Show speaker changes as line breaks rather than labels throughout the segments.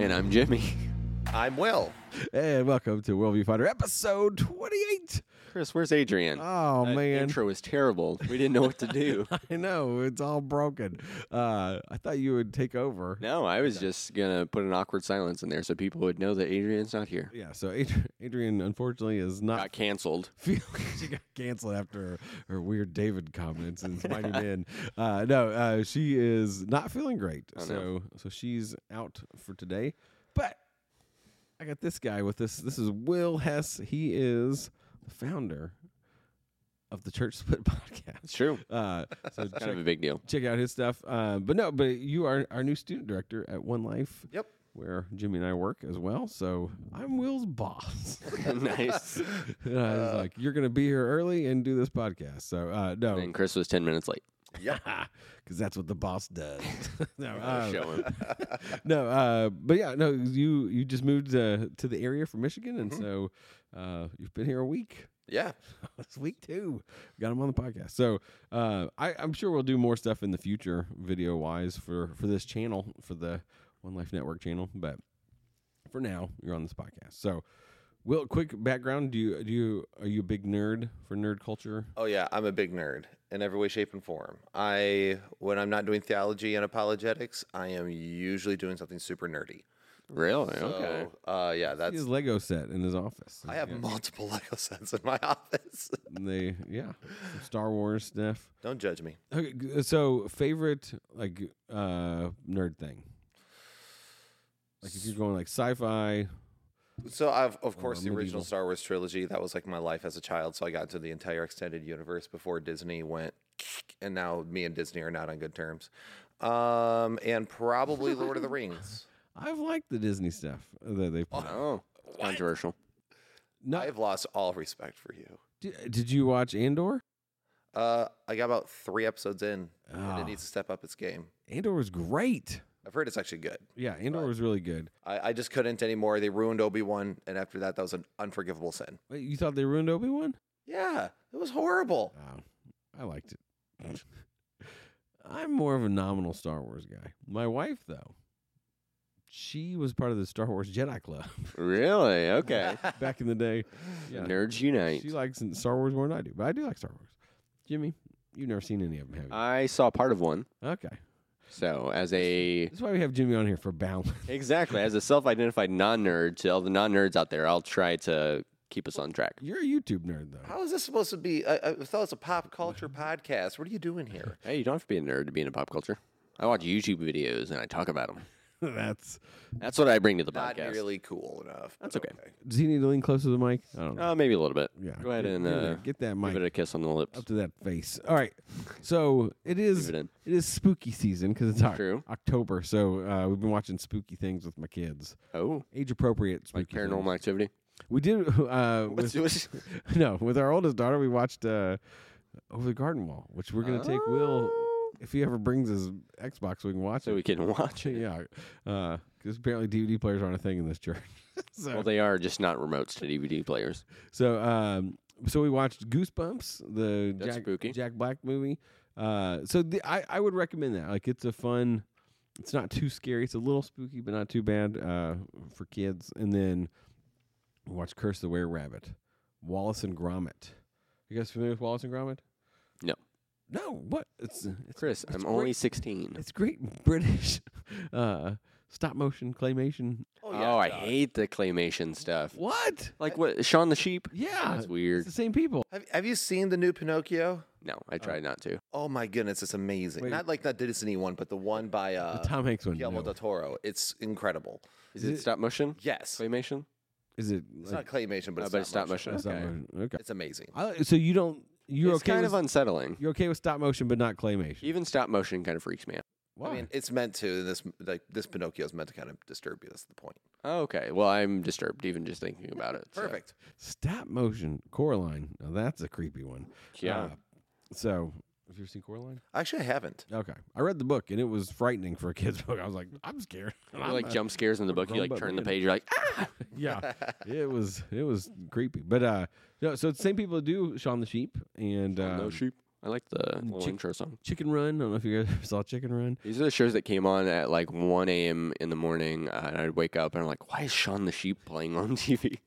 I'm Jimmy.
I'm Will.
And welcome to Worldview Finder episode 28.
Chris, where's Adrian?
Oh,
That
man.
intro is terrible. We didn't know what to do.
I know. It's all broken. Uh, I thought you would take over.
No, I was just gonna put an awkward silence in there so people would know that Adrian's not here.
Yeah, so Adrian, Adrian unfortunately is not
Got canceled.
feeling she got canceled after her, her weird David comments and Mighty Men. Uh, no, uh, she is not feeling great.
I know.
So so she's out for today. But I got this guy with this. This is Will Hess. He is the founder of the Church Split podcast.
It's true.
Uh, so
Kind
check,
of a big deal.
check out his stuff. Uh, but no, but you are our new student director at One Life.
Yep.
Where Jimmy and I work as well, so I'm Will's boss.
nice.
And I was
Uh,
like, "You're gonna be here early and do this podcast." So uh, no,
And Chris was ten minutes late.
Yep.
because that's what the boss does. no,
Gotta
uh,
show him.
no, uh, but yeah, no, you you just moved uh, to the area from Michigan, and
Mhm.
so uh, you've been here a week.
Yeah.
it's week two. Got him on the podcast, so uh, I, I'm sure we'll do more stuff in the future, video wise, for for this channel, for the One Life Network channel. But for now, you're on this podcast. So, Will, quick background: Do you do you are you a big nerd for nerd culture?
Oh yeah, I'm a big nerd in every way, shape, and form. I when I'm not doing theology and apologetics, I am usually doing something super nerdy.
Really?
So,
okay.
Uh, yeah,
He
that's.
has Lego set in his office.
I have
yeah.
multiple Lego sets in my office.
And they yeah, some Star Wars stuff.
Don't judge me.
Okay, g- so favorite like uh nerd thing. Like if you're going like sci-fi,
So I've of
Or
course the
medieval.
original Star Wars trilogy. That was like my life as a child. So I got to the entire extended universe before Disney went, and now me and Disney are not on good terms. Um, and probably Lord of the Rings.
I've liked the Disney stuff that they've put. out.
Oh, controversial.
Not,
I've lost all respect for you.
did, did you watch Andor?
Uh, I got about three episodes in, and
Ah.
it needs to step up its game.
Andor was great.
I've heard it's actually good.
Yeah, Andor
But-
was really good.
I, I just couldn't anymore. They ruined Obi Wan, and after that, that was an unforgivable sin.
Wait, you thought they ruined Obi Wan?
Yeah, it was horrible.
Oh, I liked it. I'm more of a nominal Star Wars guy. My wife, though, she was part of the Star Wars Jedi Club
Really? Okay.
back in the day. Yeah.
Nerds unite.
She likes Star Wars more than I do, but I do like Star Wars. Jimmy, you've never seen any of them, have
Uh,
you?
I saw part of one.
okay,
So as a
that's why we have Jimmy on here for balance.
exactly as a self-identified non-nerd to all the non-nerds out there, I'll try to keep us on track.
You're a YouTube nerd, though.
How is this supposed to be? I, I thought it was a pop culture podcast. What are you doing here?
Hey, you don't have to be a nerd to be into pop culture. I watch YouTube videos and I talk about them.
that's.
That's what I bring to the
Not
podcast.
nearly cool enough.
That's
but
okay.
Does he need to lean closer to the mic? I don't know.
Uh, maybe a little bit.
yeah.
go ahead
Get-
and,
get it-
uh,
get that mic
Give it a kiss on the lips.
up to that face. All right. So it is.
Leave it in.
It is spooky season because it's Oc-
True.
October. So uh, we've been watching spooky things with my kids.
Oh,
Age appropriate
like
spooky.
Paranormal
things.
Activity.
We did. Uh, with,
what's-
no, with our oldest daughter, we watched uh, Over the Garden Wall, which we're gonna take Will if he ever brings his Xbox. We can watch
Oh. So
it.
we can watch it.
yeah, because apparently DVD players aren't a thing in this church. so,
Well, they are just not remotes to DVD players.
so, um, so we watched Goosebumps, the
That's
Jack,
spooky.
Jack Black movie. Uh, so the, I I would recommend that. Like, it's a fun. It's not too scary. It's a little spooky, but not too bad uh, for kids. And then we watched Curse of the Were Rabbit, Wallace and Gromit. You guys familiar with Wallace and Gromit?
No.
No. What? It's it's
Chris,
it's
I'm
great.
only 16.
It's great British uh, stop motion claymation.
Oh,
yeah,
I
dog.
hate the claymation stuff.
What?
Like what? Shaun the Sheep?
Yeah,
That's
it's
weird.
the same people.
Have, have you seen the new Pinocchio?
No,
Uh,
I tried not to.
Oh my goodness, it's amazing.
Wait.
Not like that Disney one, but the one by uh,
the Tom Hanks one.
Guillermo
no.
del Toro. It's incredible.
Is
Is
it
it-
stop motion?
Yes,
Claymation?
Is it?
it's not
like-
claymation, but
Uh,
it's,
but
not
it's stop motion.
uh, stop
okay.
motion? okay.
It's amazing.
I- so you don't. You're
it's
okay.
kind
with,
of unsettling.
you're okay with stop motion, but not claymation.
Even stop motion kind of freaks me out.
Why?
I mean, it's meant to. This like this Pinocchio is meant to kind of disturb you. That's the point.
Oh, okay. Well, I'm disturbed even just thinking about it. so-
Perfect.
stop motion. Coraline. Now that's a creepy one.
Yeah.
Uh, so. Have you ever seen Coraline?
Actually, I haven't.
Okay, I read the book and it was frightening for a kid's book. I was like, I'm scared.
You know,
I'm
like
not-
jump scares in the
I'm a
book. You like
grown-up
turn the
man.
page. You're like, ah!
yeah, it was it was creepy. But uh, no, so it's the same people that do Shaun the Sheep and um,
"Ah, no sheep. I like the little
Chick-
intro song.
Chicken Run. I don't know if you guys saw Chicken Run.
These are the shows that came on at like 1 a.m. in the morning, uh, and I'd wake up and I'm like, "Why is Shaun the Sheep playing on TV?"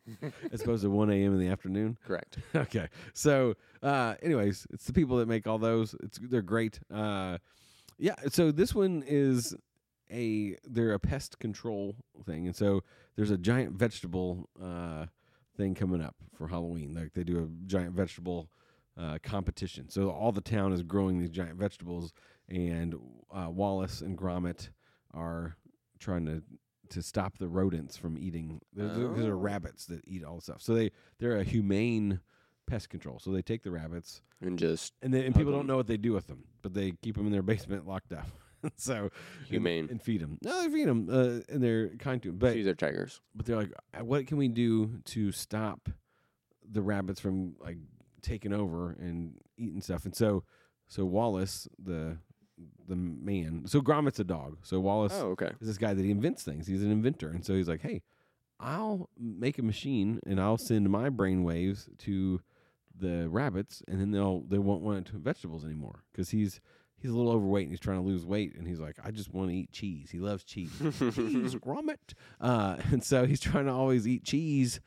It's supposed to 1 a.m. in the afternoon.
Correct.
okay. So, uh, anyways, it's the people that make all those. It's they're great. Uh, yeah. So this one is a they're a pest control thing, and so there's a giant vegetable uh, thing coming up for Halloween. Like they do a giant vegetable uh, competition. So all the town is growing these giant vegetables, and uh, Wallace and Gromit are trying to to stop the rodents from eating. There's, there's
Oh.
rabbits that eat all the stuff. So they they're a humane pest control. So they take the rabbits,
And just
and then and
Hug
people don't
them.
know what they do with them, but they keep them in their basement locked up. so
Humane.
and, and feed them. No, they feed them, uh, and they're kind to them. But
these are tigers.
but they're like, "Uh, what can we do to stop the rabbits from like taking over and eating stuff? And so, so Wallace, the the man, so Gromit's a dog. So Wallace
Oh, okay.
is this guy that he invents things. He's an inventor, and so he's like, hey, I'll make a machine and I'll send my brain waves to the rabbits, and then they'll they won't want vegetables anymore because he's he's a little overweight and he's trying to lose weight, and he's like, I just want to eat cheese. He loves cheese cheese grommet. Uh, and so he's trying to always eat cheese.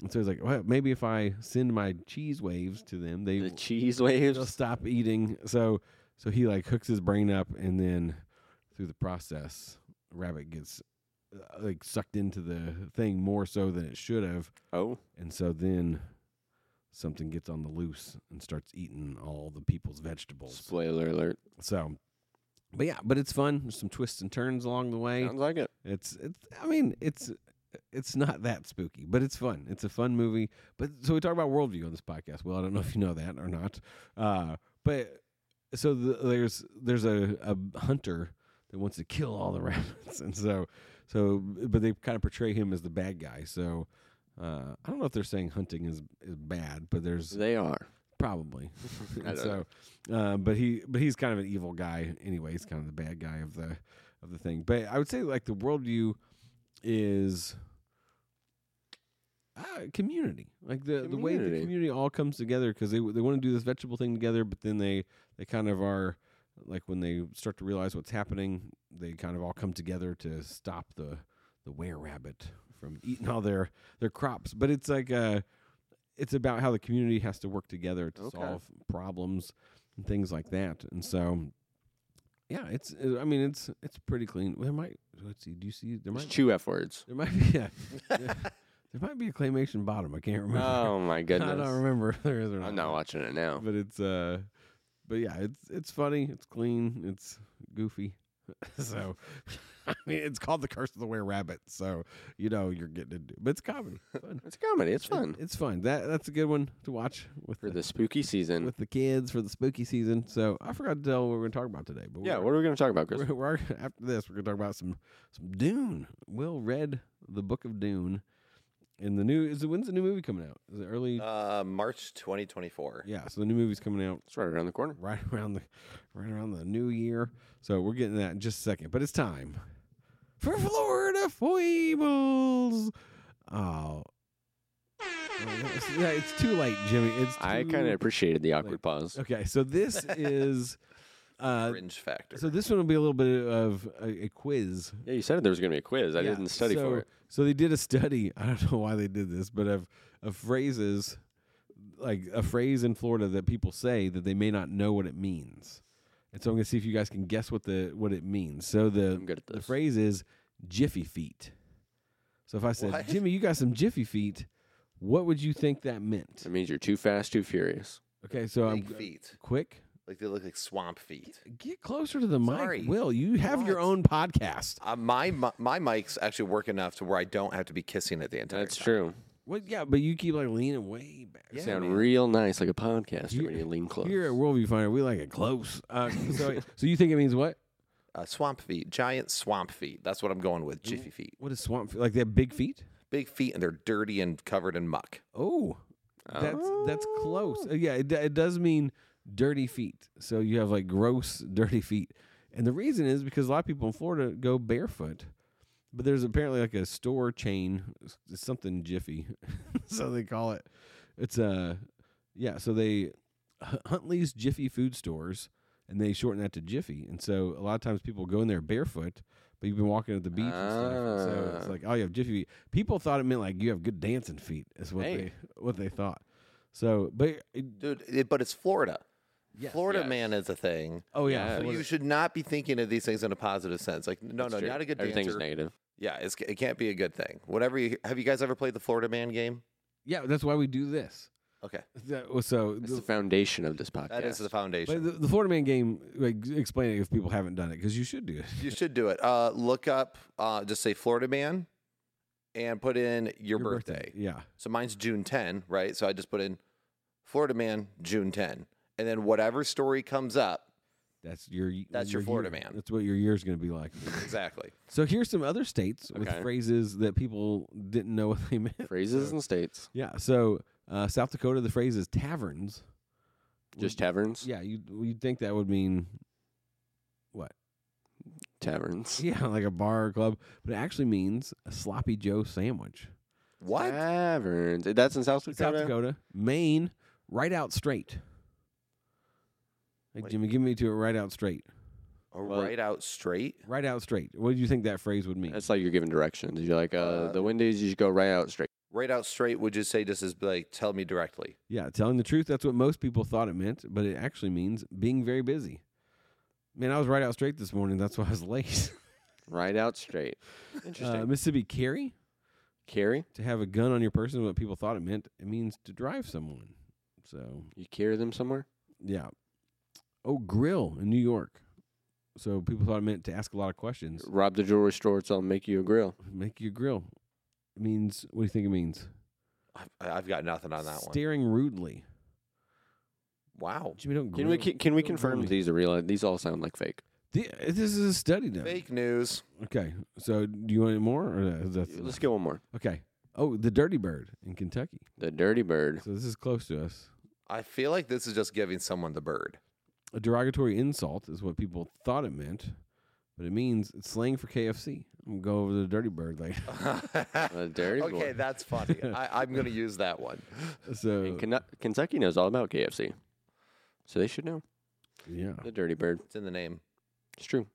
And so he's like, well, maybe if I send my cheese waves to them, they
The
will
cheese waves.
they'll stop eating. So so he like hooks his brain up, and then through the process, rabbit gets uh, like sucked into the thing more so than it should have,
Oh,
and so then something gets on the loose and starts eating all the people's vegetables.
spoiler alert.
So. But yeah, but it's fun. There's some twists and turns along the way.
Sounds like it.
It's it's I mean, it's it's not that spooky, but it's fun. It's a fun movie. But so we talk about worldview on this podcast. Well, I don't know if you know that or not. Uh but so the, there's there's a, a hunter that wants to kill all the rabbits and so so but they kind of portray him as the bad guy. So uh, I don't know if they're saying hunting is is bad, but there's
They are.
probably. And
I don't
so, uh, but he but he's kind of an evil guy anyway. He's kind of the bad guy of the of the thing. But I would say like the worldview is uh, community, like the the way the
Community.
community all comes together because they they want to do this vegetable thing together, but then they they kind of are like when they start to realize what's happening, they kind of all come together to stop the the were rabbit from eating all their their crops. But it's like uh it's about how the community has to work together to
Okay.
solve problems and things like that. And so yeah, it's I mean it's it's pretty clean. There might let's see, do you see there
There's
might
two F words.
there might be a there might be a claymation bottom. I can't remember.
Oh my
I don't
goodness.
remember if there is or not.
I'm not watching it now.
But it's uh but yeah, it's it's funny, it's clean, it's goofy. so I mean it's called the curse of the were rabbit, so you know you're getting into but it's comedy. It's fun.
It's a comedy. It's
It-
fun
it's fun. That that's a good one to watch with
for
the,
the spooky season.
with the kids for the spooky season. So I forgot to tell what we're gonna talk about today. But
Yeah.
we're,
What are we gonna talk about, Chris?
we're, we're after this we're gonna talk about some some Dune. Will read the book of Dune. And the new is it, when's the new movie coming out? Is it early?
Uh, March 2024.
yeah, so the new movie's coming out
It's right around the corner.
right around the right around the new year. So we're getting that in just a second. But it's time for Florida Foibles. Oh. It's, yeah, it's too late, Jimmy. It's too
I kind of appreciated the awkward
like-
pause.
Okay, so this is uh
Cringe factor.
so this one will be a little bit of a, a quiz
Yeah, you said there was gonna be a quiz. I
yeah,
didn't study
so,
for it.
So they did a study. I don't know why they did this, but of of phrases like a phrase in Florida that people say that they may not know what it means. And so I'm gonna see if you guys can guess what the what it means. So
I'm
the
good at
the
this.
phrase is jiffy feet. So if I said,
What?
Jimmy, you got some jiffy feet, what would you think that meant?
It means you're too fast, too furious.
Okay, so I'm
Big feet.
quick.
Like they look like swamp feet.
Get closer to the mic,
Sorry.
Will. You have your
What?
own podcast.
Uh, my mi- my mic's actually work enough to where I don't have to be kissing it the entire
That's
time.
true.
What? Yeah, but you keep like leaning way back.
Yeah,
Sound
man.
real nice, like a podcaster
Here-
when you lean close.
Here at Worldview Finder, we like it close. Uh, so, so you think it means what?
Uh, swamp feet, giant swamp feet. That's what I'm going with.
Mm-hmm.
Jiffy feet,
What is swamp? Like they have big feet?
big feet, and they're dirty and covered in muck.
Oh, that's that's close. Uh, yeah, it, d- it does mean dirty feet. So you have like gross, dirty feet, and the reason is because a lot of people in Florida go barefoot. But there's apparently like a store chain, s- something Jiffy, so they call it. It's uh, yeah. So they H- Huntley's Jiffy food stores, and they shorten that to Jiffy. And so a lot of times people go in there barefoot, but you've been walking at the beach and stuff. And so it's
Ah.
like, oh, you have Jiffy. Feet. People thought it meant like you have good dancing feet. Is what
Hey.
they what they thought. So, but it,
dude. It, but it's Florida.
Yes.
Florida
Yes.
man is a thing.
oh yeah,
Yeah.
So
Florida-
you should not be thinking of these things in a positive sense. Like, no,
That's
no,
true.
not a good
Everything's
dancer.
negative.
Yeah, it's, it can't be a good thing. Whatever you have, you guys ever played the Florida man game?
yeah. That's why we do this.
Okay,
That was so
That's the foundation of this podcast.
that is the
But
foundation.
the, the Florida Man game, like, explain it if people haven't done it because you should do it.
you should do it. Uh, look up, uh, just say Florida man, and put in your, birthday.
Yeah.
So mine's June 10, right? So I just put in Florida man June 10, and then whatever story comes up,
That's your
That's your Florida
year.
man.
That's what your year's going to be like.
exactly.
so here's some other states with
Okay.
phrases that people didn't know what they meant.
phrases and states.
Yeah. So uh, South Dakota, the phrase is taverns.
Just taverns.
Yeah. You you'd think that would mean what?
Taverns.
Yeah, like a bar or club, but it actually means a sloppy Joe sandwich.
What?
Taverns. That's in South Dakota.
South Dakota, Maine, right out straight. Hey
Wait.
Jimmy, give me to it right out straight.
Or
Well-
right out straight?
Right out straight. What do you think that phrase would mean?
That's like you're giving directions. You're like, uh,
Uh,
the wind is you should go right out straight.
Right out straight would just say just as like tell me directly.
yeah, telling the truth. That's what most people thought it meant, but it actually means being very busy. Man, I was right out straight this morning. That's why I was late.
Right out straight.
uh,
Interesting.
Mississippi carry
carry.
to have a gun on your person. is What people thought it meant. It means to drive someone. So
You carry them somewhere.
yeah. Oh, grill in New York. So people thought it meant to ask a lot of questions.
Rob the jewelry store. It's I'll make you a grill.
Make you grill. It means what do you think it means?
I've, I've got nothing on that one.
Staring rudely.
Wow.
Jimmy, don't
Can we
grill-
can we
grill
confirm
me.
these are real? These all sound like fake.
The- this is a study done.
Fake news.
Okay, so do you want any more, or that- that's
Let's get one more.
Okay. Oh, the Dirty Bird in Kentucky.
The dirty bird.
So this is close to us.
I feel like this is just giving someone the bird.
A derogatory insult is what people thought it meant, but it means it's slang for KFC. I'm gonna go over to the Dirty Bird later.
The dirty
okay,
boy.
that's funny. I, I'm going to use that one.
So
And Ken- Kentucky knows all about KFC, so they should know
yeah,
the dirty bird.
It's in the name.
It's true.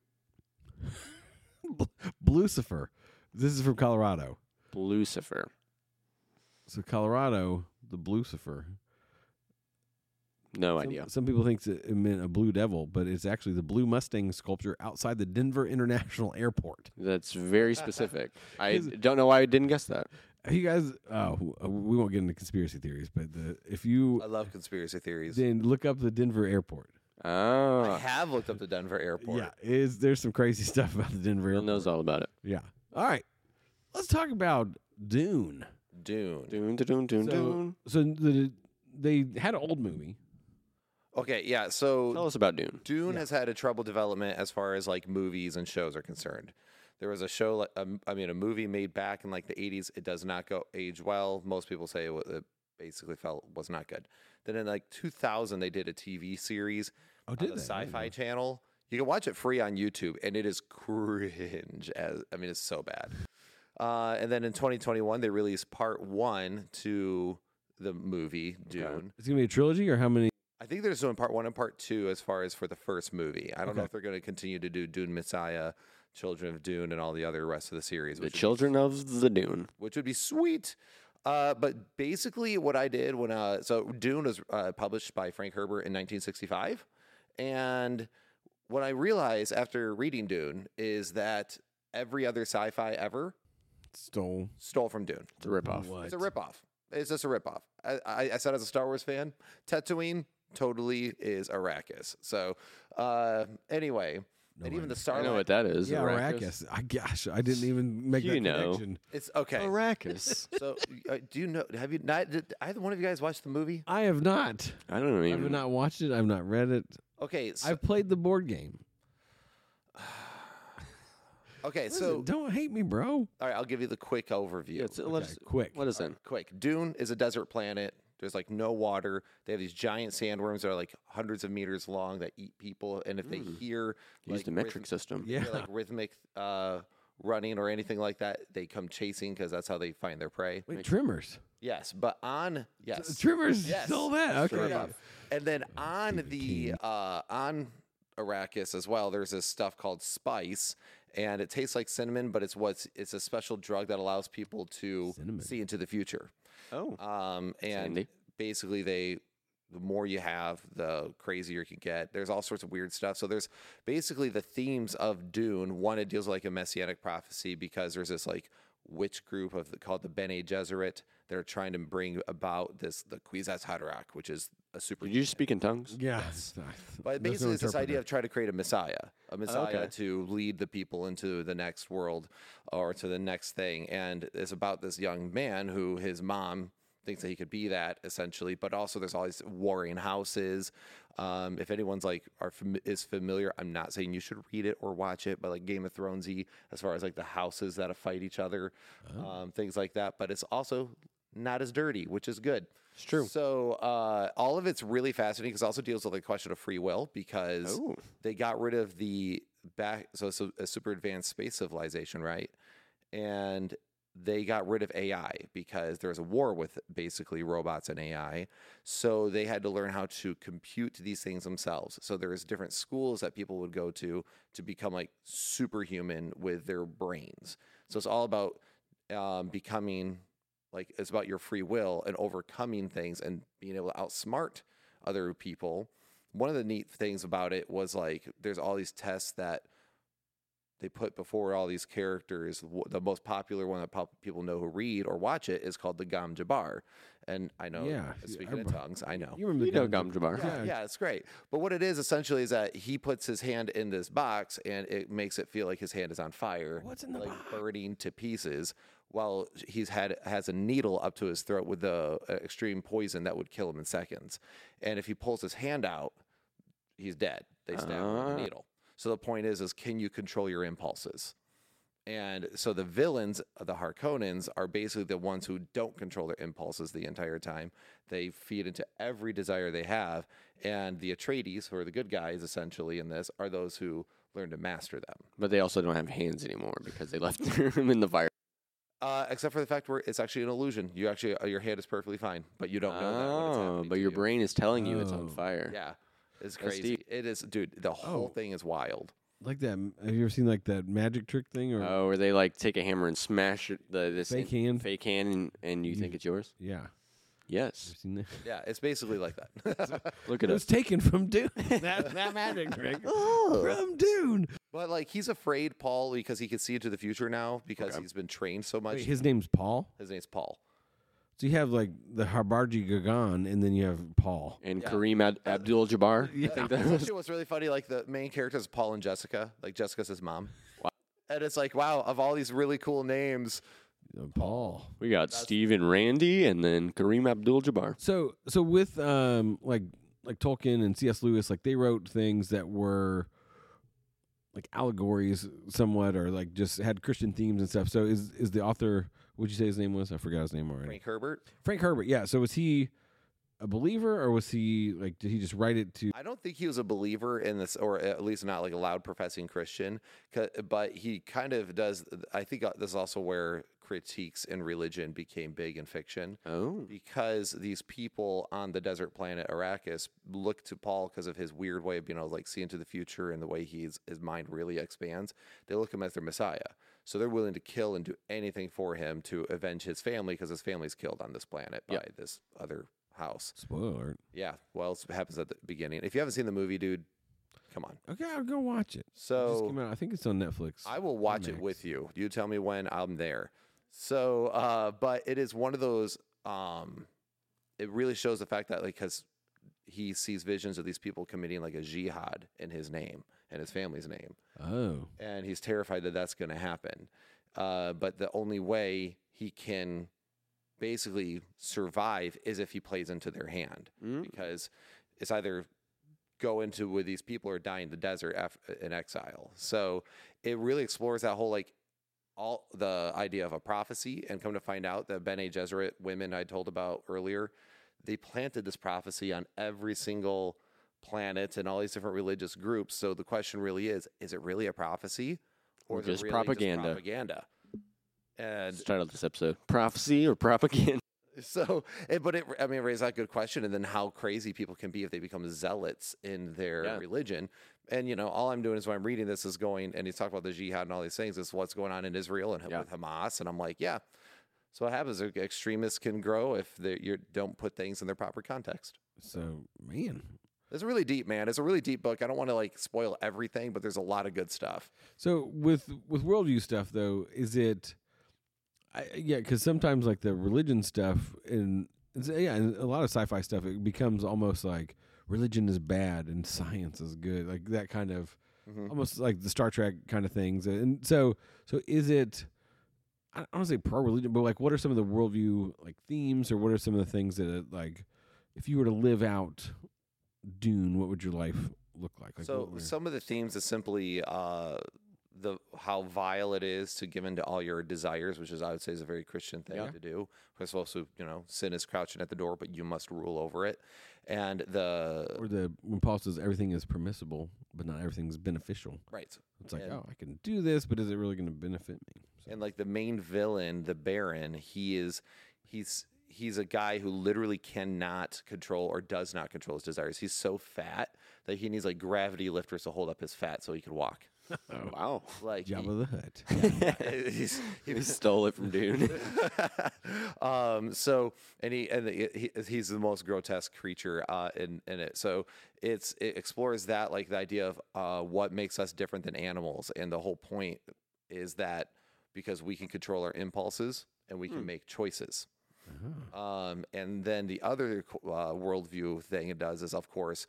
Blucifer. This is from Colorado.
Lucifer.
So Colorado, the Blucifer.
No
some,
idea.
Some people think that it meant a blue devil, but it's actually the blue Mustang sculpture outside the Denver International Airport.
That's very specific. I
Is-
don't know why I didn't guess that.
You guys, oh, we won't get into conspiracy theories, but the, if you
I love conspiracy theories.
then look up the Denver Airport.
I
Oh,
have looked up the Denver airport.
Yeah, is there's some crazy stuff about the Denver
Bill
airport.
knows all about it.
Yeah. All right, let's talk about Dune.
Dune.
Doon, doon, doon,
So-
doon.
So the, they had an old movie.
Okay, yeah. So
Tell us about Dune.
Dune has had a trouble development as far as like movies and shows are concerned. There was a show, like- um, I mean, a movie made back in like the '80s. It does not go age well. Most people say it, wa- it basically felt was not good. Then in like 2000, they did a TV series
Oh,
on the Sci-Fi Channel. You can watch it free on YouTube, and it is cringe. As I mean, it's so bad. Uh, and then in 2021, they released part one to the movie Dune.
It's gonna be a trilogy, or how many?
I think they're just doing part one and part two as far as for the first movie. I don't know
Okay.
if they're going to continue to do Dune Messiah, Children of Dune, and all the other rest of the series,
The
which,
Children of the Dune.
which would be sweet. Uh, but basically, what I did when uh, so Dune was uh, published by Frank Herbert in 1965, and what I realized after reading Dune is that every other sci-fi ever
Stole.
stole from Dune.
It's a ripoff.
What?
It's a ripoff. It's just a ripoff. I, I, I said as a Star Wars fan, Tatooine totally is Arrakis. So uh, anyway, and even the
I
Starlight.
know what that is.
Yeah,
Arrakis.
Arrakis. I gosh, I didn't even make
You
that
know.
connection.
It's okay.
Arrakis.
So uh, do you know? Have you not? Did either one of you guys watched the movie?
I have not.
I don't
I've
even.
not watched it. I've not read it.
Okay. So,
I've played the board game.
okay.
Listen,
So
don't hate me, bro.
all right, I'll give you the quick overview.
Yeah, it's, let us,
quick.
Let us in.
quick. Dune is a desert planet. There's like no water. They have these giant sandworms that are like hundreds of meters long that eat people. And if they hear
Hmm. Use
like
the metric
rhythm-
system.
Yeah.
yeah, like rhythmic uh, running or anything like that. They come chasing because that's how they find their prey.
Wait, Trimmers.
Yes, but on yes,
Trimmers
Yes.
stole that.
Straight
Okay.
up. And then on
Stephen
the uh, on Arrakis as well, there's this stuff called spice, and it tastes like cinnamon, but it's what's it's a special drug that allows people to
Cinnamon.
see into the future.
Oh,
Um, and
handy.
basically, they the more you have, the crazier you can get. There's all sorts of weird stuff. So there's basically the themes of Dune. One, it deals with, like a messianic prophecy because there's this like witch group of the, called the Bene Gesserit. They're trying to bring about this the Kwisatz Haderach, which is a super.
did you just speak in tongues?
Yeah.
But basically, it's this idea of trying to create a messiah, a messiah
okay.
to lead the people into the next world or to the next thing. And it's about this young man who his mom thinks that he could be that essentially. But also, there's all these warring houses. Um, if anyone's like are fam- is familiar, I'm not saying you should read it or watch it, but like Game of Thronesy, as far as like the houses that fight each other,
Oh.
um, things like that. But it's also not as dirty, which is good.
It's true.
So uh, all of it's really fascinating because it also deals with the question of free will because
Oh.
they got rid of the back. So it's a, a super advanced space civilization, right? And they got rid of AI because there was a war with basically robots and AI. So they had to learn how to compute these things themselves. So there was different schools that people would go to to become like superhuman with their brains. So it's all about um, becoming like it's about your free will and overcoming things and being able to outsmart other people. One of the neat things about it was like there's all these tests that they put before all these characters. W- The most popular one that pop- people know who read or watch it is called the Gam Jabbar. And I know, uh,
Yeah, yeah,
speaking in
I-
tongues, I know.
You remember
You
the
know
Gum-
Gum Jabbar.
Yeah.
Yeah, yeah, it's great. But what it is essentially is that he puts his hand in this box and it makes it feel like his hand is on fire.
What's in the
like burning to pieces while he's had has a needle up to his throat with the uh, extreme poison that would kill him in seconds. And if he pulls his hand out, he's dead. They stab him with a
Ah.
needle. So the point is is can you control your impulses? And so the villains, the Harkonnens, are basically the ones who don't control their impulses the entire time. They feed into every desire they have. And the Atreides, who are the good guys essentially in this, are those who learn to master them.
But they also don't have hands anymore because they left them in the fire.
Uh, except for the fact where it's actually an illusion. You actually, uh, your hand is perfectly fine, but you don't know that. When it's
Oh,
happening
but
to
your
you.
brain is telling you it's on
Oh.
fire.
Yeah. It's
That's
crazy. It is, dude, the whole
Oh.
thing is wild.
Like that. Have you ever seen like that magic trick thing? Or
Oh, where they like take a hammer and smash it, the this
Fake
in-
hand?
fake hand, and, and you
You-
think it's yours?
yeah,
Yes.
I've seen that.
Yeah, it's basically like that.
Look
It
at
was
us.
taken from Dune. that, that magic trick from Dune.
but like, he's afraid, Paul, because he can see into the future now because
Okay.
he's been trained so much.
Wait, his name's Paul.
His name's Paul.
So you have like the Habarji Gagan, and then you have Paul.
And
Yeah.
Kareem Ad- Abdul-Jabbar. I think that was.
Actually, what's really funny, like the main characters, Paul and Jessica. Like Jessica's his mom. And it's like, wow, of all these really cool names,
Uh, Paul.
We got Steve and Randy, and then Kareem Abdul-Jabbar.
So so with um like like Tolkien and C.S. Lewis, like they wrote things that were like allegories somewhat, or like just had Christian themes and stuff. So is is the author? What'd you say his name was? I forgot his name already.
Frank Herbert.
Frank Herbert. Yeah. So was he a believer, or was he like did he just write it to?
I don't think he was a believer in this, or at least not like a loud professing Christian. 'ca- But he kind of does. I think uh, this is also where critiques in religion became big in fiction
Oh.
because these people on the desert planet Arrakis look to Paul because of his weird way of being able to like see into the future and the way he's his mind really expands. They look him as their messiah. So they're willing to kill and do anything for him to avenge his family because his family's killed on this planet by
Yeah.
this other house.
Spoiler. alert.
Yeah. Well, it happens at the beginning. If you haven't seen the movie, dude, come on.
Okay, I'll go watch it. It just came
So
out. I think it's on Netflix.
I will watch it
Max.
with you. You tell me when I'm there. So, uh, but it is one of those. Um, it really shows the fact that like because he sees visions of these people committing like a jihad in his name and his family's name,
oh,
and he's terrified that that's going to happen. Uh, but the only way he can basically survive is if he plays into their hand
Mm.
because it's either go into with these people or die in the desert af- in exile. So it really explores that whole like all the idea of a prophecy and come to find out that Bene Gesserit women I told about earlier, they planted this prophecy on every single planet and all these different religious groups. So the question really is, is it really a prophecy
Or
or they're
just
really
propaganda.
propaganda. And
Let's start out this episode. Prophecy or propaganda?
so, eh, but it, I mean, it raised that good question. And then how crazy people can be if they become zealots in their
Yeah.
religion. And, you know, all I'm doing is when I'm reading this is going, and he's talking about the jihad and all these things, is what's going on in Israel and
Yeah.
with Hamas. And I'm like, yeah. So what happens? is Extremists can grow if they you don't put things in their proper context.
So man,
It's really deep, man. It's a really deep book. I don't want to like spoil everything, but there's a lot of good stuff.
So with with worldview stuff though, is it? I, yeah, because sometimes like the religion stuff and it's- yeah, and a lot of sci-fi stuff it becomes almost like religion is bad and science is good, like that kind of
Mm-hmm.
Mm-hmm.
almost like the Star Trek kind of things. And so so is it? I don't want to say pro religion, but like what are some of the worldview like themes or what are some of the things that it, like if you were to live out Dune, what would your life look like? like what
so
were-
some of the themes is simply uh, the how vile it is to give in to all your desires, which is I would say is a very Christian thing
Yeah.
to do. We're supposed to, you know, sin is crouching at the door, but you must rule over it. And the
Or the when Paul says everything is permissible, but not everything's beneficial.
right
It's like,
And-
oh, I can do this, but is it really going to benefit me? So,
and like the main villain, the Baron, he is he's he's a guy who literally cannot control or does not control his desires. He's so fat that he needs like gravity lifters to hold up his fat so he can walk.
Wow.
Like he-
Jabba the Hutt.
he's,
He stole it from Dune.
um, so and he and the, he, he's the most grotesque creature uh, in in it. So it's it explores that like the idea of uh, what makes us different than animals, and the whole point is that because we can control our impulses and we can make choices. Um, and then the other co- uh, worldview thing it does is, of course,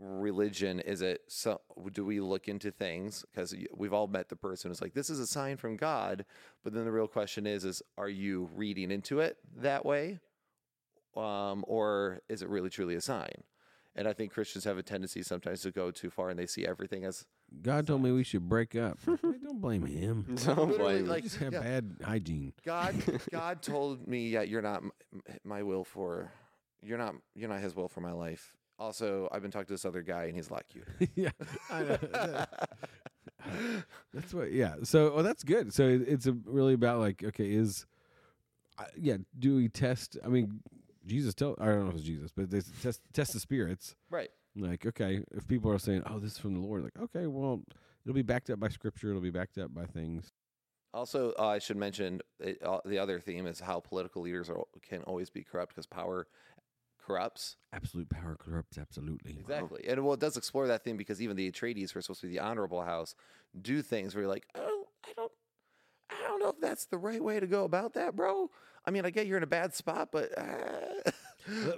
religion. Is it so? Do we look into things because we've all met the person who's like, "This is a sign from God," but then the real question is, is are you reading into it that way, um, or is it really truly a sign? And I think Christians have a tendency sometimes to go too far, and they see everything as
God told me we should break up. I don't blame him.
Don't
literally
blame me.
I
like
just have
yeah,
bad hygiene.
God, God told me that you're not m- m- my will for, you're not, you're not His will for my life. Also, I've been talking to this other guy, and he's like you.
yeah, I know. that's what. Yeah. So, oh, that's good. So it- it's a really about like, okay, is, I yeah, do we test? I mean, Jesus tell. I don't know if it's Jesus, but they s- test test the spirits.
Right.
Like, okay, if people are saying, "Oh, this is from the Lord," like, okay, well, it'll be backed up by Scripture. It'll be backed up by things.
Also, uh, I should mention it, uh, the other theme is how political leaders are, can always be corrupt because power corrupts.
Absolute power corrupts absolutely.
Exactly. And well, it does explore that theme because even the Atreides, who are supposed to be the honorable house, do things where you're like, oh, I don't, I don't know if that's the right way to go about that, bro. I mean, I get you're in a bad spot, but uh,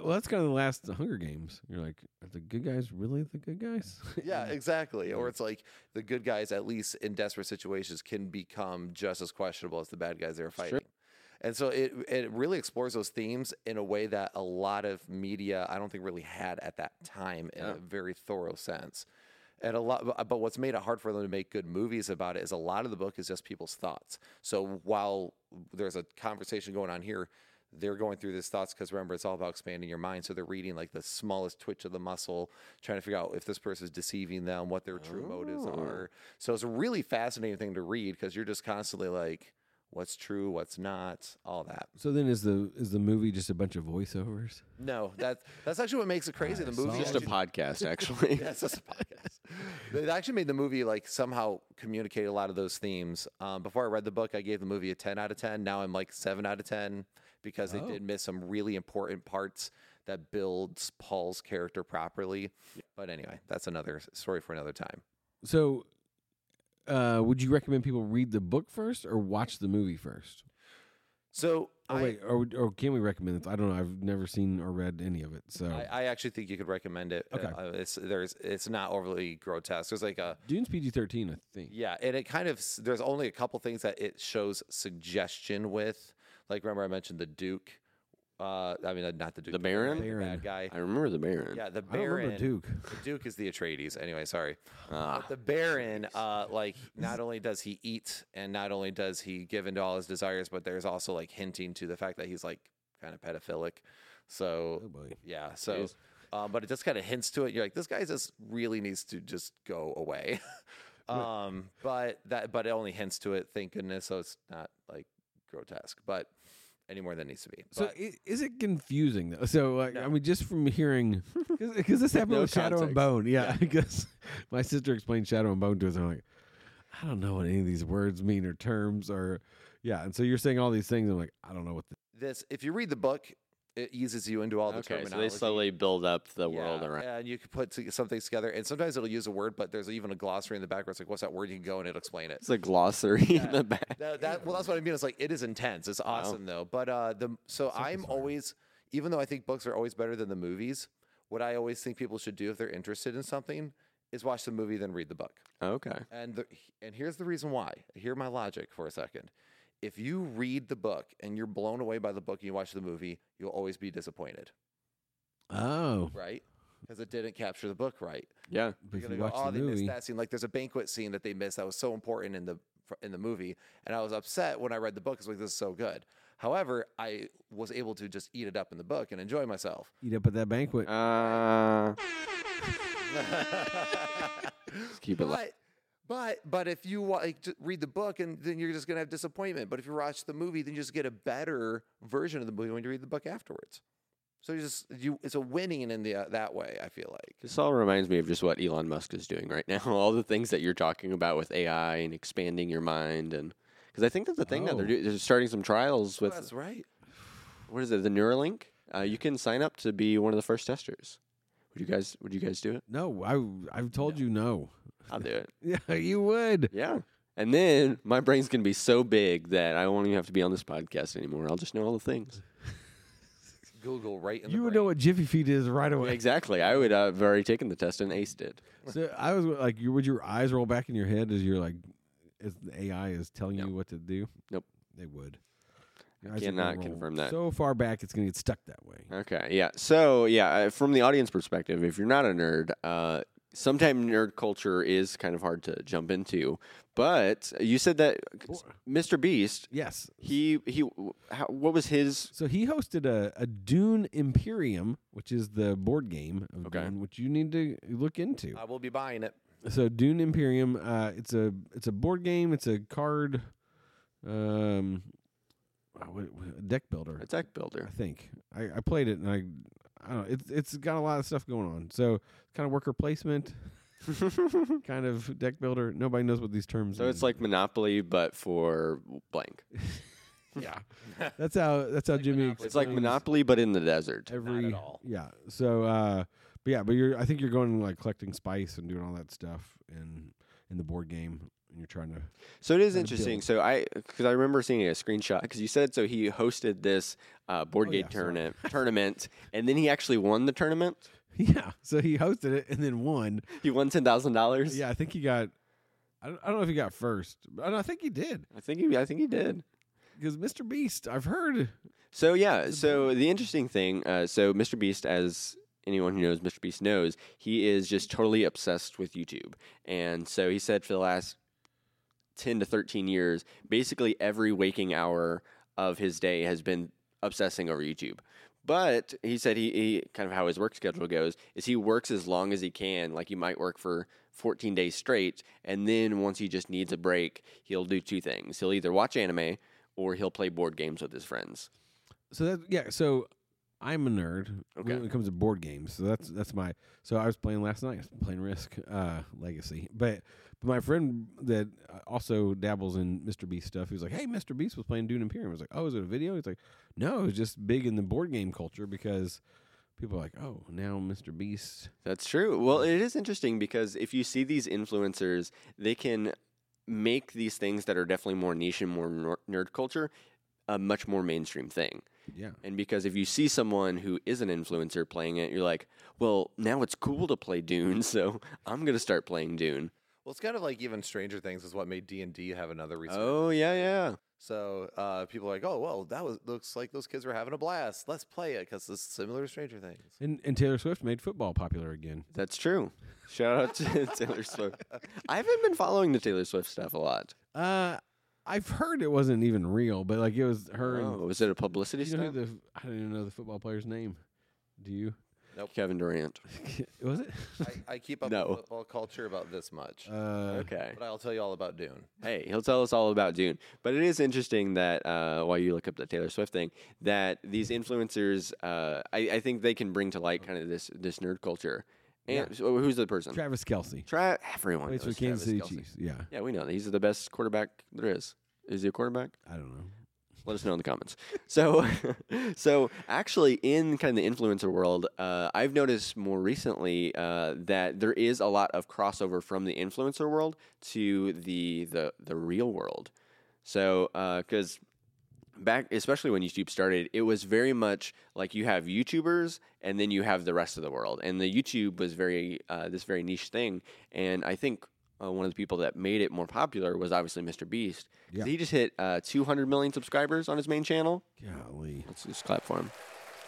Well, that's kind of the last the Hunger Games. You're like, are the good guys really the good guys?
yeah, exactly. Or it's like the good guys, at least in desperate situations, can become just as questionable as the bad guys they're fighting. And so it it really explores those themes in a way that a lot of media I don't think really had at that time in a very thorough sense. And a lot, but- but what's made it hard for them to make good movies about it is a lot of the book is just people's thoughts. So while there's a conversation going on here, they're going through these thoughts because remember, it's all about expanding your mind. So they're reading like the smallest twitch of the muscle, trying to figure out if this person is deceiving them, what their true motives are. So it's a really fascinating thing to read because you're just constantly like, what's true, what's not, all that.
So then, is the is the movie just a bunch of voiceovers?
No, that that's actually what makes it crazy. The movie
Just a
actually-
podcast, actually.
Yes, that's a podcast. They actually made the movie like somehow communicate a lot of those themes. Um, before I read the book, I gave the movie a 10 out of 10. Now I'm like 7 out of 10 because they
Oh.
did miss some really important parts that builds Paul's character properly. But anyway, that's another s- story for another time.
So, uh, would you recommend people read the book first or watch the movie first?
So
Oh
I,
wait, or, would- or can we recommend it? I don't know. I've never seen or read any of it. So
I, I actually think you could recommend it.
Okay.
Uh, it's there's it's not overly grotesque. There's like a
Dune's PG thirteen, I think.
Yeah, and it kind of s- there's only a couple things that it shows suggestion with. Like remember I mentioned the Duke. Uh, I mean uh, not the Duke,
The
Baron,
Baron?
the bad guy.
I remember the Baron.
Yeah, the
I don't
Baron.
remember Duke.
The Duke is the Atreides. Anyway, sorry.
Ah,
But the Baron, uh, like not only does he eat, and not only does he give into all his desires, but there's also like hinting to the fact that he's like kind of pedophilic. So
Oh boy.
yeah, so. uh, Um, but it just kind of hints to it. You're like, this guy just really needs to just go away. Um, but that but it only hints to it. Thank goodness, so it's not like grotesque, but any more than it needs to be.
So
But
i- is it confusing though? So like, I mean, just from hearing, because this happened
No
with Shadow
context.
and Bone. Yeah, because my sister explained Shadow and Bone to us, and I'm like, I don't know what any of these words mean or terms or, yeah. And so you're saying all these things, I'm like, I don't know what. The,
this, if you read the book, it eases you into all the
okay, so they
terminology.
slowly build up the world
Yeah,
around.
And you can put t- some things together, and sometimes it'll use a word, but there's even a glossary in the back where it's like, "What's that word?" You can go and it'll explain it.
It's a glossary in the back.
That, that, well, that's what I mean. It's like it is intense. It's awesome though. But uh, the so I'm always, even though I think books are always better than the movies, what I always think people should do if they're interested in something is watch the movie then read the book.
Okay.
And the, and here's the reason why. Hear my logic for a second. If you read the book and you're blown away by the book and you watch the movie, you'll always be disappointed,
oh,
right? Because it didn't capture the book right.
Yeah.
but if
You're
you
gonna
watch
go, oh,
the
they missed
movie,
that scene. Like, there's a banquet scene that they missed that was so important in the fr- in the movie, and I was upset when I read the book. 'cause like, this is so good. However, I was able to just eat it up in the book and enjoy myself.
eat up at that banquet.
Uh, keep it light.
but, but but if you wa- like, ju- read the book, and then you're just gonna have disappointment. But if you watch the movie, then you just get a better version of the movie when you read the book afterwards. So you just you, it's a winning in the uh, that way. I feel like.
This all reminds me of just what Elon Musk is doing right now. All the things that you're talking about with AI and expanding your mind, and because I think that's the thing that they're
Oh.
doing. They're starting some trials
Well,
with
that's right.
what is it? The Neuralink. Uh, you can sign up to be one of the first testers. Would you guys? Would you guys do it?
No, I I've told you no.
I'll do it.
Yeah, you would.
Yeah. And then my brain's gonna be so big that I won't even have to be on this podcast anymore. I'll just know all the things.
Google right in the
You would
brain.
know what Jiffy Feet is right away.
Exactly. I would uh, have already taken the test and aced it.
So I was like, you, would your eyes roll back in your head as you're like, as the AI is telling you what to do?
Nope.
they would. Your
I
eyes are gonna
cannot
roll
confirm that.
So far back, it's gonna get stuck that way.
Okay, yeah. So, yeah, uh, from the audience perspective, if you're not a nerd, uh, sometimes nerd culture is kind of hard to jump into. But you said that Mr. Beast,
Yes.
he he, how, what was his?
So he hosted a, a Dune Imperium, which is the board game of
Okay. Uh,
Dune, which you need to look into.
I will be buying it.
so Dune Imperium, uh, it's a it's a board game. It's a card, um, uh, what- what- deck builder.
A deck
I
builder.
think I, I played it and I I don't know it's it's got a lot of stuff going on. So kind of worker placement, kind of deck builder. Nobody knows what these terms.
So it's
mean.
like Monopoly, but for blank.
yeah, that's how that's how Jimmy.
It's like
explains
Monopoly, but in the desert.
Every
at all.
yeah. So uh, but yeah, but you're I think you're going like collecting spice and doing all that stuff and in the board game and you're trying to
So it is
Kinda
interesting.
build.
So I, because I remember seeing a screenshot, because you said so he hosted this uh, board
Oh,
game
yeah, sorry.
tournament, tournament, and then he actually won the tournament.
yeah. So he hosted it and then won.
He won ten thousand dollars.
Yeah, I think he got. I don't, I don't know if he got first, but I think he did
I think he, I think he did.
because Mr. Beast. I've heard
So yeah, so the interesting thing, uh, so Mr. Beast, as anyone who knows Mr. Beast knows, he is just totally obsessed with YouTube, and so he said for the last ten to thirteen years, basically every waking hour of his day has been obsessing over YouTube. But he said he, he kind of how his work schedule goes is he works as long as he can. Like he might work for 14 days straight. And then once he just needs a break, he'll do two things. He'll either watch anime or he'll play board games with his friends.
So that yeah, so I'm a nerd
Okay.
when it comes to board games. So that's that's my so I was playing last night, playing Risk uh Legacy. But but my friend that uh, also dabbles in Mr Beast stuff, he was like, "Hey, Mr Beast was playing Dune Imperium." I was like, "Oh, is it a video?" He's like, "No, it was just big in the board game culture because people are like, "Oh, now Mr Beast."
That's true. Well, it is interesting because if you see these influencers, they can make these things that are definitely more niche and more nor- nerd culture a much more mainstream thing.
Yeah.
And because if you see someone who is an influencer playing it, you're like, well, now it's cool to play Dune, so I'm going to start playing Dune.
Well, it's kind of like even Stranger Things is what made D and D have another reason.
Oh, yeah, yeah.
So uh, people are like, "Oh, well, that was looks like those kids were having a blast. Let's play it because it's similar to Stranger Things."
And and Taylor Swift made football popular again.
That's true. Shout out to Taylor Swift. I haven't been following the Taylor Swift stuff a lot.
Uh I've heard it wasn't even real, but like it was her and
Oh, was it a publicity
Do you know
stunt?
who the I don't even know the football player's name. Do you?
Nope.
Kevin Durant.
Was it?
I, I keep up
No.
with football culture about this much,
Uh,
Okay.
but I'll tell you all about Dune.
Hey, he'll tell us all about Dune. But it is interesting that uh, while you look up the Taylor Swift thing, that these influencers, uh, I, I think they can bring to light kind of this this nerd culture. And so who's the person?
Travis Kelsey.
Try everyone.
Plays for
knows
Kansas
Travis
City
Kelce.
Chiefs. Yeah.
Yeah, we know that he's the best quarterback there is. Is he a quarterback?
I don't know.
Let us know in the comments. So, so actually, in kind of the influencer world, uh, I've noticed more recently uh, that there is a lot of crossover from the influencer world to the the the real world. So, because back, especially when YouTube started, it was very much like you have YouTubers and then you have the rest of the world. And the YouTube was very uh, this very niche thing. And I think uh, one of the people that made it more popular was obviously Mr. Beast. 'Cause
Yeah.
He just hit uh, 200 million subscribers on his main channel.
Golly.
Let's just clap for him.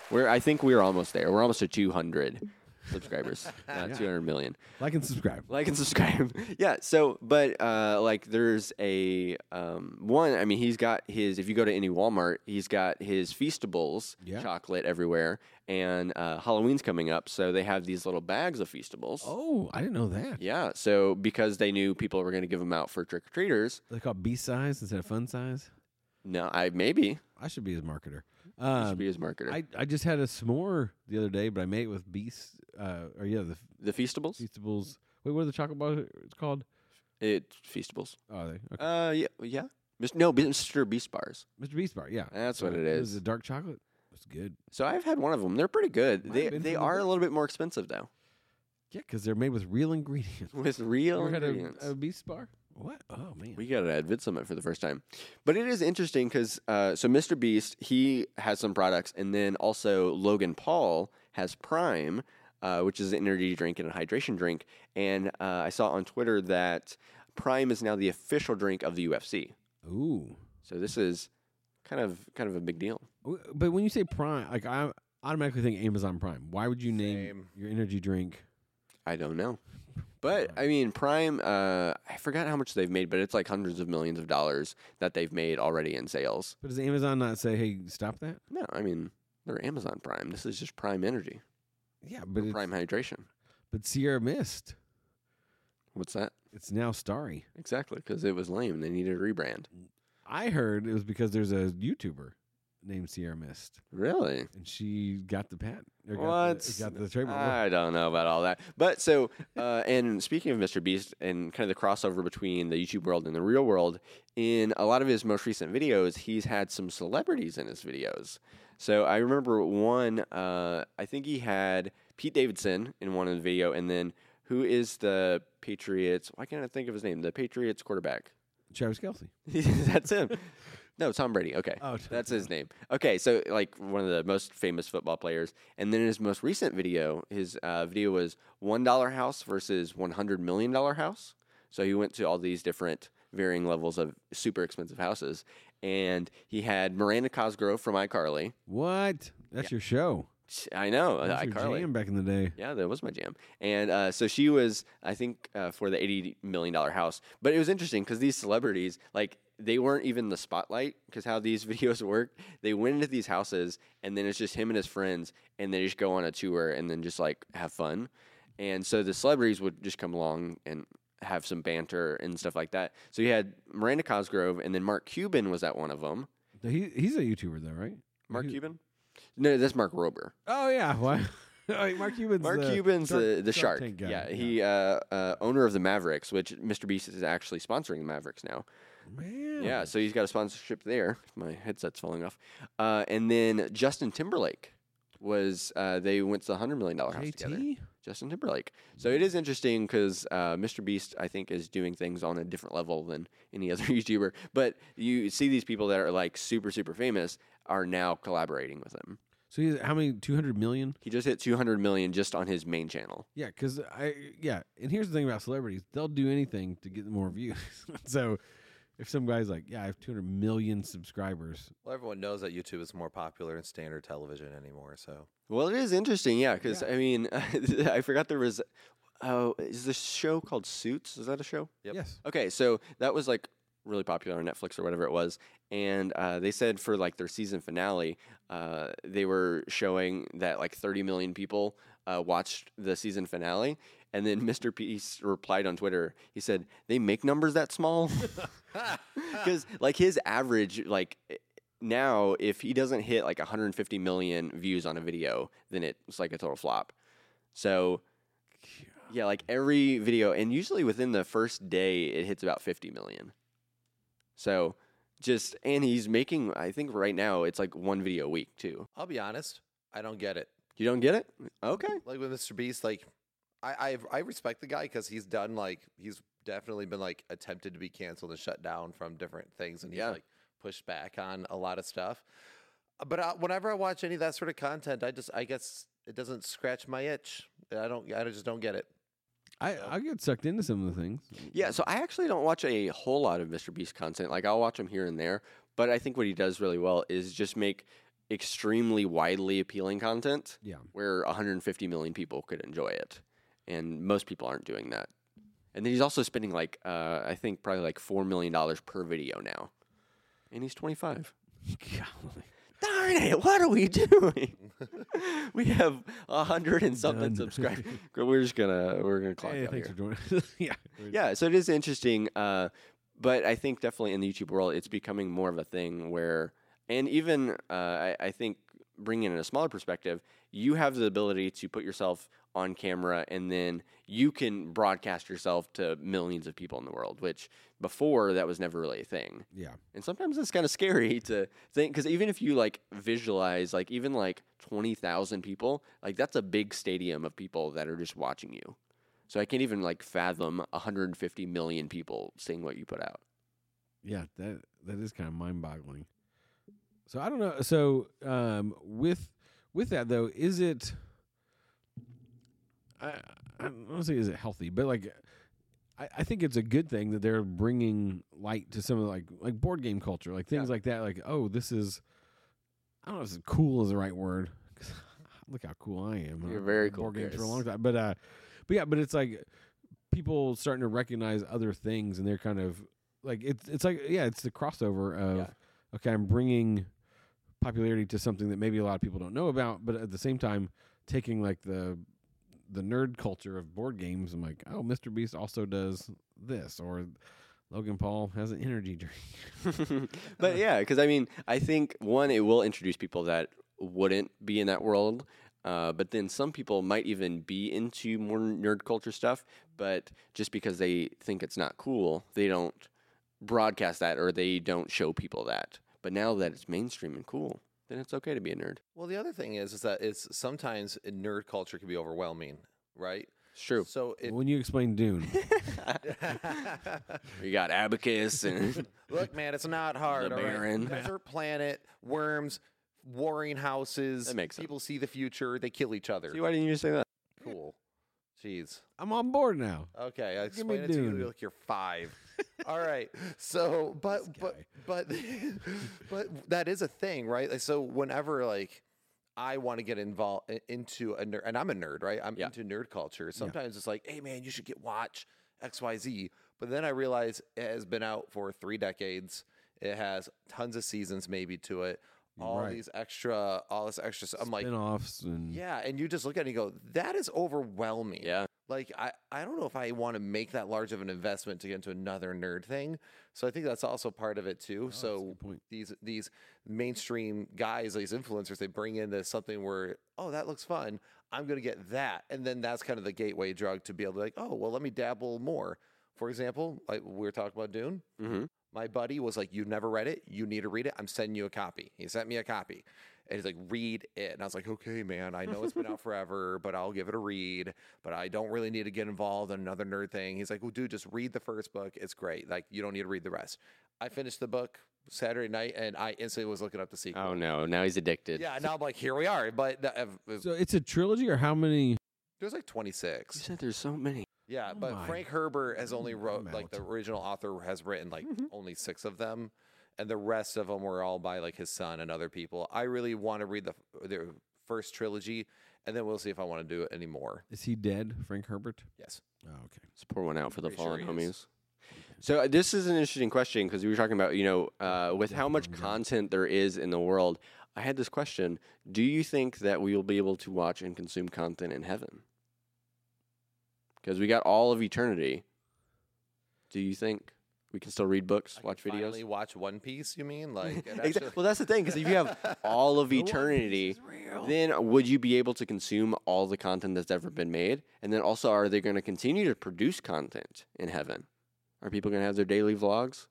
We're, I think we're almost there. We're almost to 200 subscribers, not 200 million
Like and subscribe.
like and subscribe yeah so but uh like there's a um one i mean he's got his if you go to any walmart he's got his feastables
Yeah.
chocolate everywhere and uh halloween's coming up so they have these little bags of feastables
Oh, I didn't know that.
yeah so because they knew people were going to give them out for trick-or-treaters
They call it B size instead of fun size.
no i maybe
I should be his marketer.
he
Um,
should be his marketer
I, I just had a s'more the other day, but I made it with beast. Uh, or yeah, the
the feastables
feastables. Wait, what are the chocolate bars it's called?
it's feastables
Oh, are they okay.
uh yeah yeah Mis- no mr beast bars
Mr. Beast bar. Yeah,
that's what it
It was
is.
a dark chocolate. It's good.
so i've had one of them they're pretty
Might
good
have
they
been
they
from the
are a
book.
little bit more expensive though
Yeah, because they're made with real ingredients.
with real
Ever had
ingredients.
a, a beast bar? What? Oh man.
we got it at VidSummit for the first time, but it is interesting because uh, so Mr. Beast he has some products, and then also Logan Paul has Prime, uh, which is an energy drink and a hydration drink. And uh, I saw on Twitter that Prime is now the official drink of the UFC.
Ooh.
So this is kind of kind of a big deal.
W- But when you say Prime, like I automatically think Amazon Prime. Why would you
Same.
name your energy drink?
I don't know. But I mean, Prime. Uh, I forgot how much they've made, but it's like hundreds of millions of dollars that they've made already in sales.
But does Amazon not say, "Hey, stop that"?
No, I mean they're Amazon Prime. This is just Prime Energy,
Yeah, but it's,
Prime Hydration.
but Sierra Mist.
What's that
It's now Starry.
exactly? Because it was lame. They needed a rebrand.
I heard it was because there's a YouTuber named Sierra Mist,
Really?
and she got the patent. or got
What? Uh,
The, got the trademark.
I don't know about all that. But so, uh, and speaking of Mr. Beast and kind of the crossover between the YouTube world and the real world, in a lot of his most recent videos, he's had some celebrities in his videos. So I remember one. Uh, I think he had Pete Davidson in one of the video, and then who is the Patriots? Why can't I think of his name? The Patriots quarterback.
Travis Kelsey.
That's him. No, Tom Brady. Okay.
Oh,
That's his name. Okay, so like one of the most famous football players. And then in his most recent video, his uh, video was $1 house versus $100 million house. So he went to all these different varying levels of super expensive houses. And he had Miranda Cosgrove from iCarly.
What? That's your show.
I know,
That's your
iCarly.
jam back in the day.
Yeah, that was my jam. And uh, so she was, I think, uh, for the eighty million dollar house. But it was interesting because these celebrities, like, they weren't even in the spotlight because how these videos work. They went into these houses, and then it's just him and his friends, and they just go on a tour and then just like have fun. And so the celebrities would just come along and have some banter and stuff like that. So you had Miranda Cosgrove, and then Mark Cuban was at one of them.
He, he's a YouTuber though, right?
Mark
He-
Cuban? No, that's Mark Rober.
Oh yeah. Why? Like, Mark Cuban's
Mark
the
Cuban's
Shark-
the, the shark.
Tank guy.
yeah, he uh, uh, owner of the Mavericks, which Mr. Beast is actually sponsoring the Mavericks now.
man.
Yeah, so he's got a sponsorship there. My headset's falling off. Uh, and then Justin Timberlake was uh, they went to the hundred million dollar house together.
JT.
Justin Timberlake. So it is interesting because uh, Mr. Beast, I think, is doing things on a different level than any other YouTuber. But you see these people that are like super super famous are now collaborating with him.
So he's how many? Two hundred million.
He just hit two hundred million just on his main channel.
Yeah, because I yeah, and here's the thing about celebrities: they'll do anything to get more views. so if some guy's like, "Yeah, I have 200 million subscribers,"
Well, everyone knows that YouTube is more popular in standard television anymore, so
Well, it is interesting, yeah. Because I mean, I forgot there was. Oh, is this show called Suits? Is that a show?
Yep.
yes,
Okay, so that was like really popular on Netflix or whatever it was, and uh, they said for like their season finale, uh, they were showing that like 30 million people uh, watched the season finale, and then Mr. Peace replied on Twitter. He said they make numbers that small because like his average like eh, now if he doesn't hit like 150 million views on a video, then it's like a total flop. So yeah, like every video, and usually within the first day, it hits about 50 million. So just, and he's making, I think right now, it's like one video a week too.
I'll be honest, I don't get it.
You don't get it? Okay.
Like with Mr. Beast, like I I, I respect the guy because he's done like he's definitely been like attempted to be canceled and shut down from different things, and he's
Yeah.
like pushed back on a lot of stuff. Uh, But I, whenever I watch any of that sort of content, I just I guess it doesn't scratch my itch. I don't I just don't get it.
I, I get sucked into some of the things.
Yeah, so I actually don't watch a whole lot of Mr. Beast content. Like I'll watch him here and there, but I think what he does really well is just make extremely widely appealing content
Yeah.
where 150 million people could enjoy it. And most people aren't doing that. And then he's also spending like uh, I think probably like 4 million dollars per video now. And he's 25.
Golly.
Darn it, what are we doing? we have a hundred and something
Done.
subscribers. We're just gonna we're gonna clock
Hey,
out here.
thanks for joining. us. yeah.
Yeah, so it is interesting, uh, but I think definitely in the YouTube world, it's becoming more of a thing where, and even uh, I, I think bringing in a smaller perspective, you have the ability to put yourself on camera and then you can broadcast yourself to millions of people in the world, which before that was never really a thing.
Yeah.
And sometimes it's kind of scary to think because even if you like visualize, like even like 20,000 people, like that's a big stadium of people that are just watching you. So I can't even like fathom 150 million people seeing what you put out.
Yeah, that that is kind of mind-boggling. So I don't know. So um, with with that though, is it? I I don't want to say is it healthy, but like, I, I think it's a good thing that they're bringing light to some of like like board game culture, like things like that. Like, oh, this is I don't know if it's cool is the right word. 'cause Look how cool I am.
You're
I
very
played
cool,
Board games for a
Chris.
long time, but uh, but yeah, but it's like people starting to recognize other things, and they're kind of like it's it's like yeah, it's the crossover of
Yeah.
okay, I'm bringing popularity to something that maybe a lot of people don't know about, but at the same time, taking like the the nerd culture of board games, I'm like, oh, Mr. Beast also does this, or Logan Paul has an energy drink.
but yeah, because I mean, I think one, it will introduce people that wouldn't be in that world. Uh, but then some people might even be into more nerd culture stuff, but just because they think it's not cool, they don't broadcast that or they don't show people that. But now that it's mainstream and cool, then it's okay to be a nerd.
Well, the other thing is is that it's sometimes nerd culture can be overwhelming, right?
It's true.
So it
when you explain Dune,
You got Abacus and
Look, man, it's not hard.
The
all right?
Baron.
Desert planet, worms, warring houses.
That makes sense.
People see the future. They kill each other.
see why didn't you say that?
Cool. Jeez.
I'm on board now.
Okay, I
Give me
explained it to
Dune.
you like you're five. All right. So, but Uh, but
guy.
but but that is a thing, right? Like, so whenever like I want to get involved into a nerd, and I'm a nerd, right? I'm
Yeah.
into nerd culture. Sometimes it's like, hey man, you should get watch X Y Z. But then I realize it has been out for three decades. It has tons of seasons, maybe to it. All
Right.
these extra, all this extra. s- I'm like,
Spinoffs and
yeah, and you just look at it and go, that is overwhelming
Yeah.
like I, I don't know if I want to make that large of an investment to get into another nerd thing. So I think that's also part of it too.
Oh, that's a
so
good point.
these these mainstream guys, these influencers, they bring into something where, oh, that looks fun. I'm gonna get that. And then that's kind of the gateway drug to be able to like, oh, well, let me dabble more. For example, like we were talking about Dune.
Mm-hmm.
My buddy was like, You never read it. You need to read it. I'm sending you a copy. He sent me a copy. And he's like, Read it. And I was like, Okay, man, I know it's been out forever, but I'll give it a read. But I don't really need to get involved in another nerd thing. He's like, Well, dude, just read the first book. It's great. Like, you don't need to read the rest. I finished the book Saturday night and I instantly was looking up the sequel.
Oh no, now he's addicted.
Yeah. Now I'm like, Here we are. But the- I've- it was-
So it's a trilogy, or how many?
there's like
You
26.
said there's so many.
Yeah,
Oh
but
my
Frank Herbert has only wrote like the
amount.
original author has written like
Mm-hmm.
only six of them, and the rest of them were all by like his son and other people. I really want to read the their first trilogy, and then we'll see if I want to do it anymore.
Is he dead, Frank Herbert?
Yes,
Oh, okay.
Let's pour one out for the
Pretty sure
fallen
he
homies.
is.
So uh, this is an interesting question because we were talking about you know uh, with how much
Mm-hmm.
content there is in the world. I had this question: Do you think that we will be able to watch and consume content in heaven? Because we got all of eternity. Do you think we can still read books,
I
watch
can
videos?
Finally, watch One Piece. You mean like? and
Exa-
actually-
Well, that's the thing because if you have all of eternity, then would you be able to consume all the content that's ever been made? And then also, are they going to continue to produce content in heaven? Are people going to have their daily vlogs?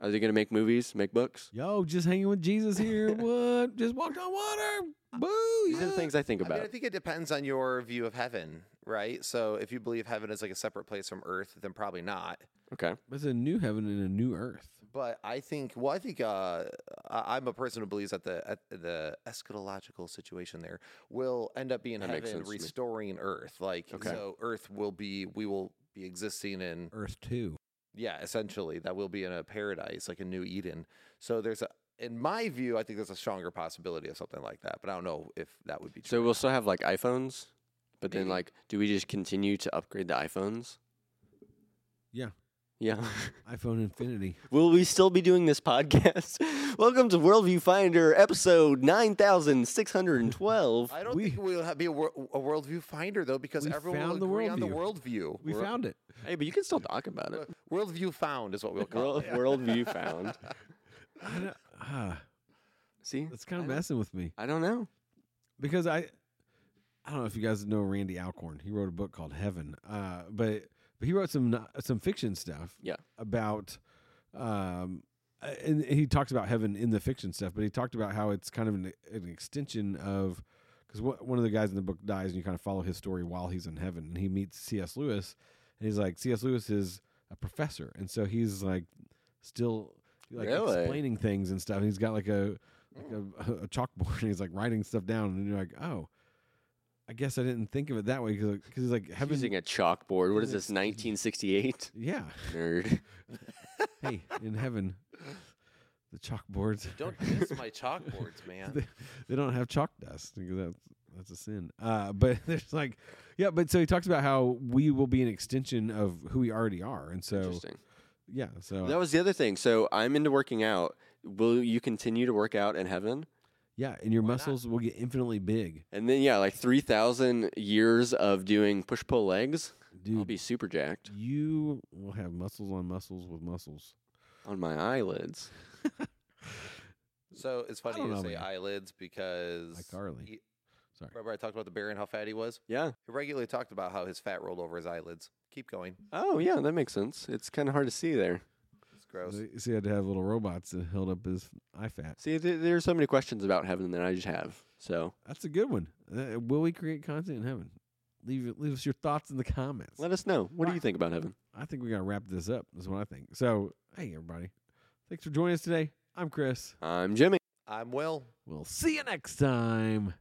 Are they going to make movies, make books?
Yo, just hanging with Jesus here. what? Just walked on water. Boo.
These are the
yeah.
things I
I
think
mean,
about.
I think it depends on your view of heaven, right? So if you believe heaven is like a separate place from earth, then probably not.
okay.
It's a new heaven and a new earth.
But I think, well, I think uh, I- I'm a person who believes that the at the eschatological situation there will end up being
That makes
heaven
sense to me.
restoring Earth. Like,
Okay.
so Earth will be, we will be existing in,
Earth two.
yeah, essentially that will be in a paradise, like a new Eden. So there's a, in my view, I think there's a stronger possibility of something like that. But I don't know if that would be true.
So we'll still have like iPhones, but then
Maybe.
like, do we just continue to upgrade the iPhones?
Yeah.
Yeah.
iPhone Infinity.
Will we still be doing this podcast? Welcome to Worldview Finder, episode 9612.
I don't
We-
think we'll have, be a, wor- a worldview finder though, because
We
everyone
found
will
the
agree on the worldview.
We
Wor-
found it.
hey, but you can still talk about it.
worldview found is what we'll call
World,
it.
worldview found.
I don't- ah,
See?
that's kind
I
of
don't-
messing with me
I don't know.
because I, I don't know if you guys know Randy Alcorn. He wrote a book called Heaven, uh, but but he wrote some no- some fiction stuff.
Yeah.
about um, uh, and he talks about heaven in the fiction stuff, but he talked about how it's kind of an, an extension of because one of the guys in the book dies, and you kind of follow his story while he's in heaven, and he meets C.S. Lewis, and he's like C.S. Lewis is a professor, and so he's like still like
Really? Hmm.
explaining things and stuff. And he's got like a like a, a chalkboard, and he's like writing stuff down, and you're like, oh. I guess I didn't think of it that way because he's like heaven.
Using a chalkboard. What is this, 1968?
yeah,
Nerd.
hey, in heaven, the chalkboards.
Don't miss my chalkboards, man.
they, they don't have chalk dust because that's that's a sin. Uh, but there's like, yeah. But so he talks about how we will be an extension of who we already are, and so uh,
Interesting.
yeah. So
That was the other thing. So I'm into working out. Will you continue to work out in heaven?
yeah, and your
Why not?
muscles will get infinitely big,
And then, yeah, like 3,000 years of doing push pull legs. I'll
dude.
be super jacked
You will have muscles on muscles with muscles.
on my eyelids.
So it's funny
don't
you
know,
say
man.
eyelids because
Like Carly.
he-
Sorry.
remember I talked about the bear and how fat he was.
Yeah.
He regularly talked about how his fat rolled over his eyelids. Keep going.
Oh, yeah, that makes sense. It's kind of hard to see there.
It's gross.
So, so he had to have little robots that held up his eye fat.
See, th- there's so many questions about heaven that I just have. So
That's a good one. Uh, will we create content in heaven? Leave it- leave us your thoughts in the comments.
let us know. What do you
Right.
think about heaven?
I think we gotta wrap this up. Is what I think. So hey, everybody, thanks for joining us today. I'm Chris.
I'm Jimmy.
I'm Will.
We'll see you next time.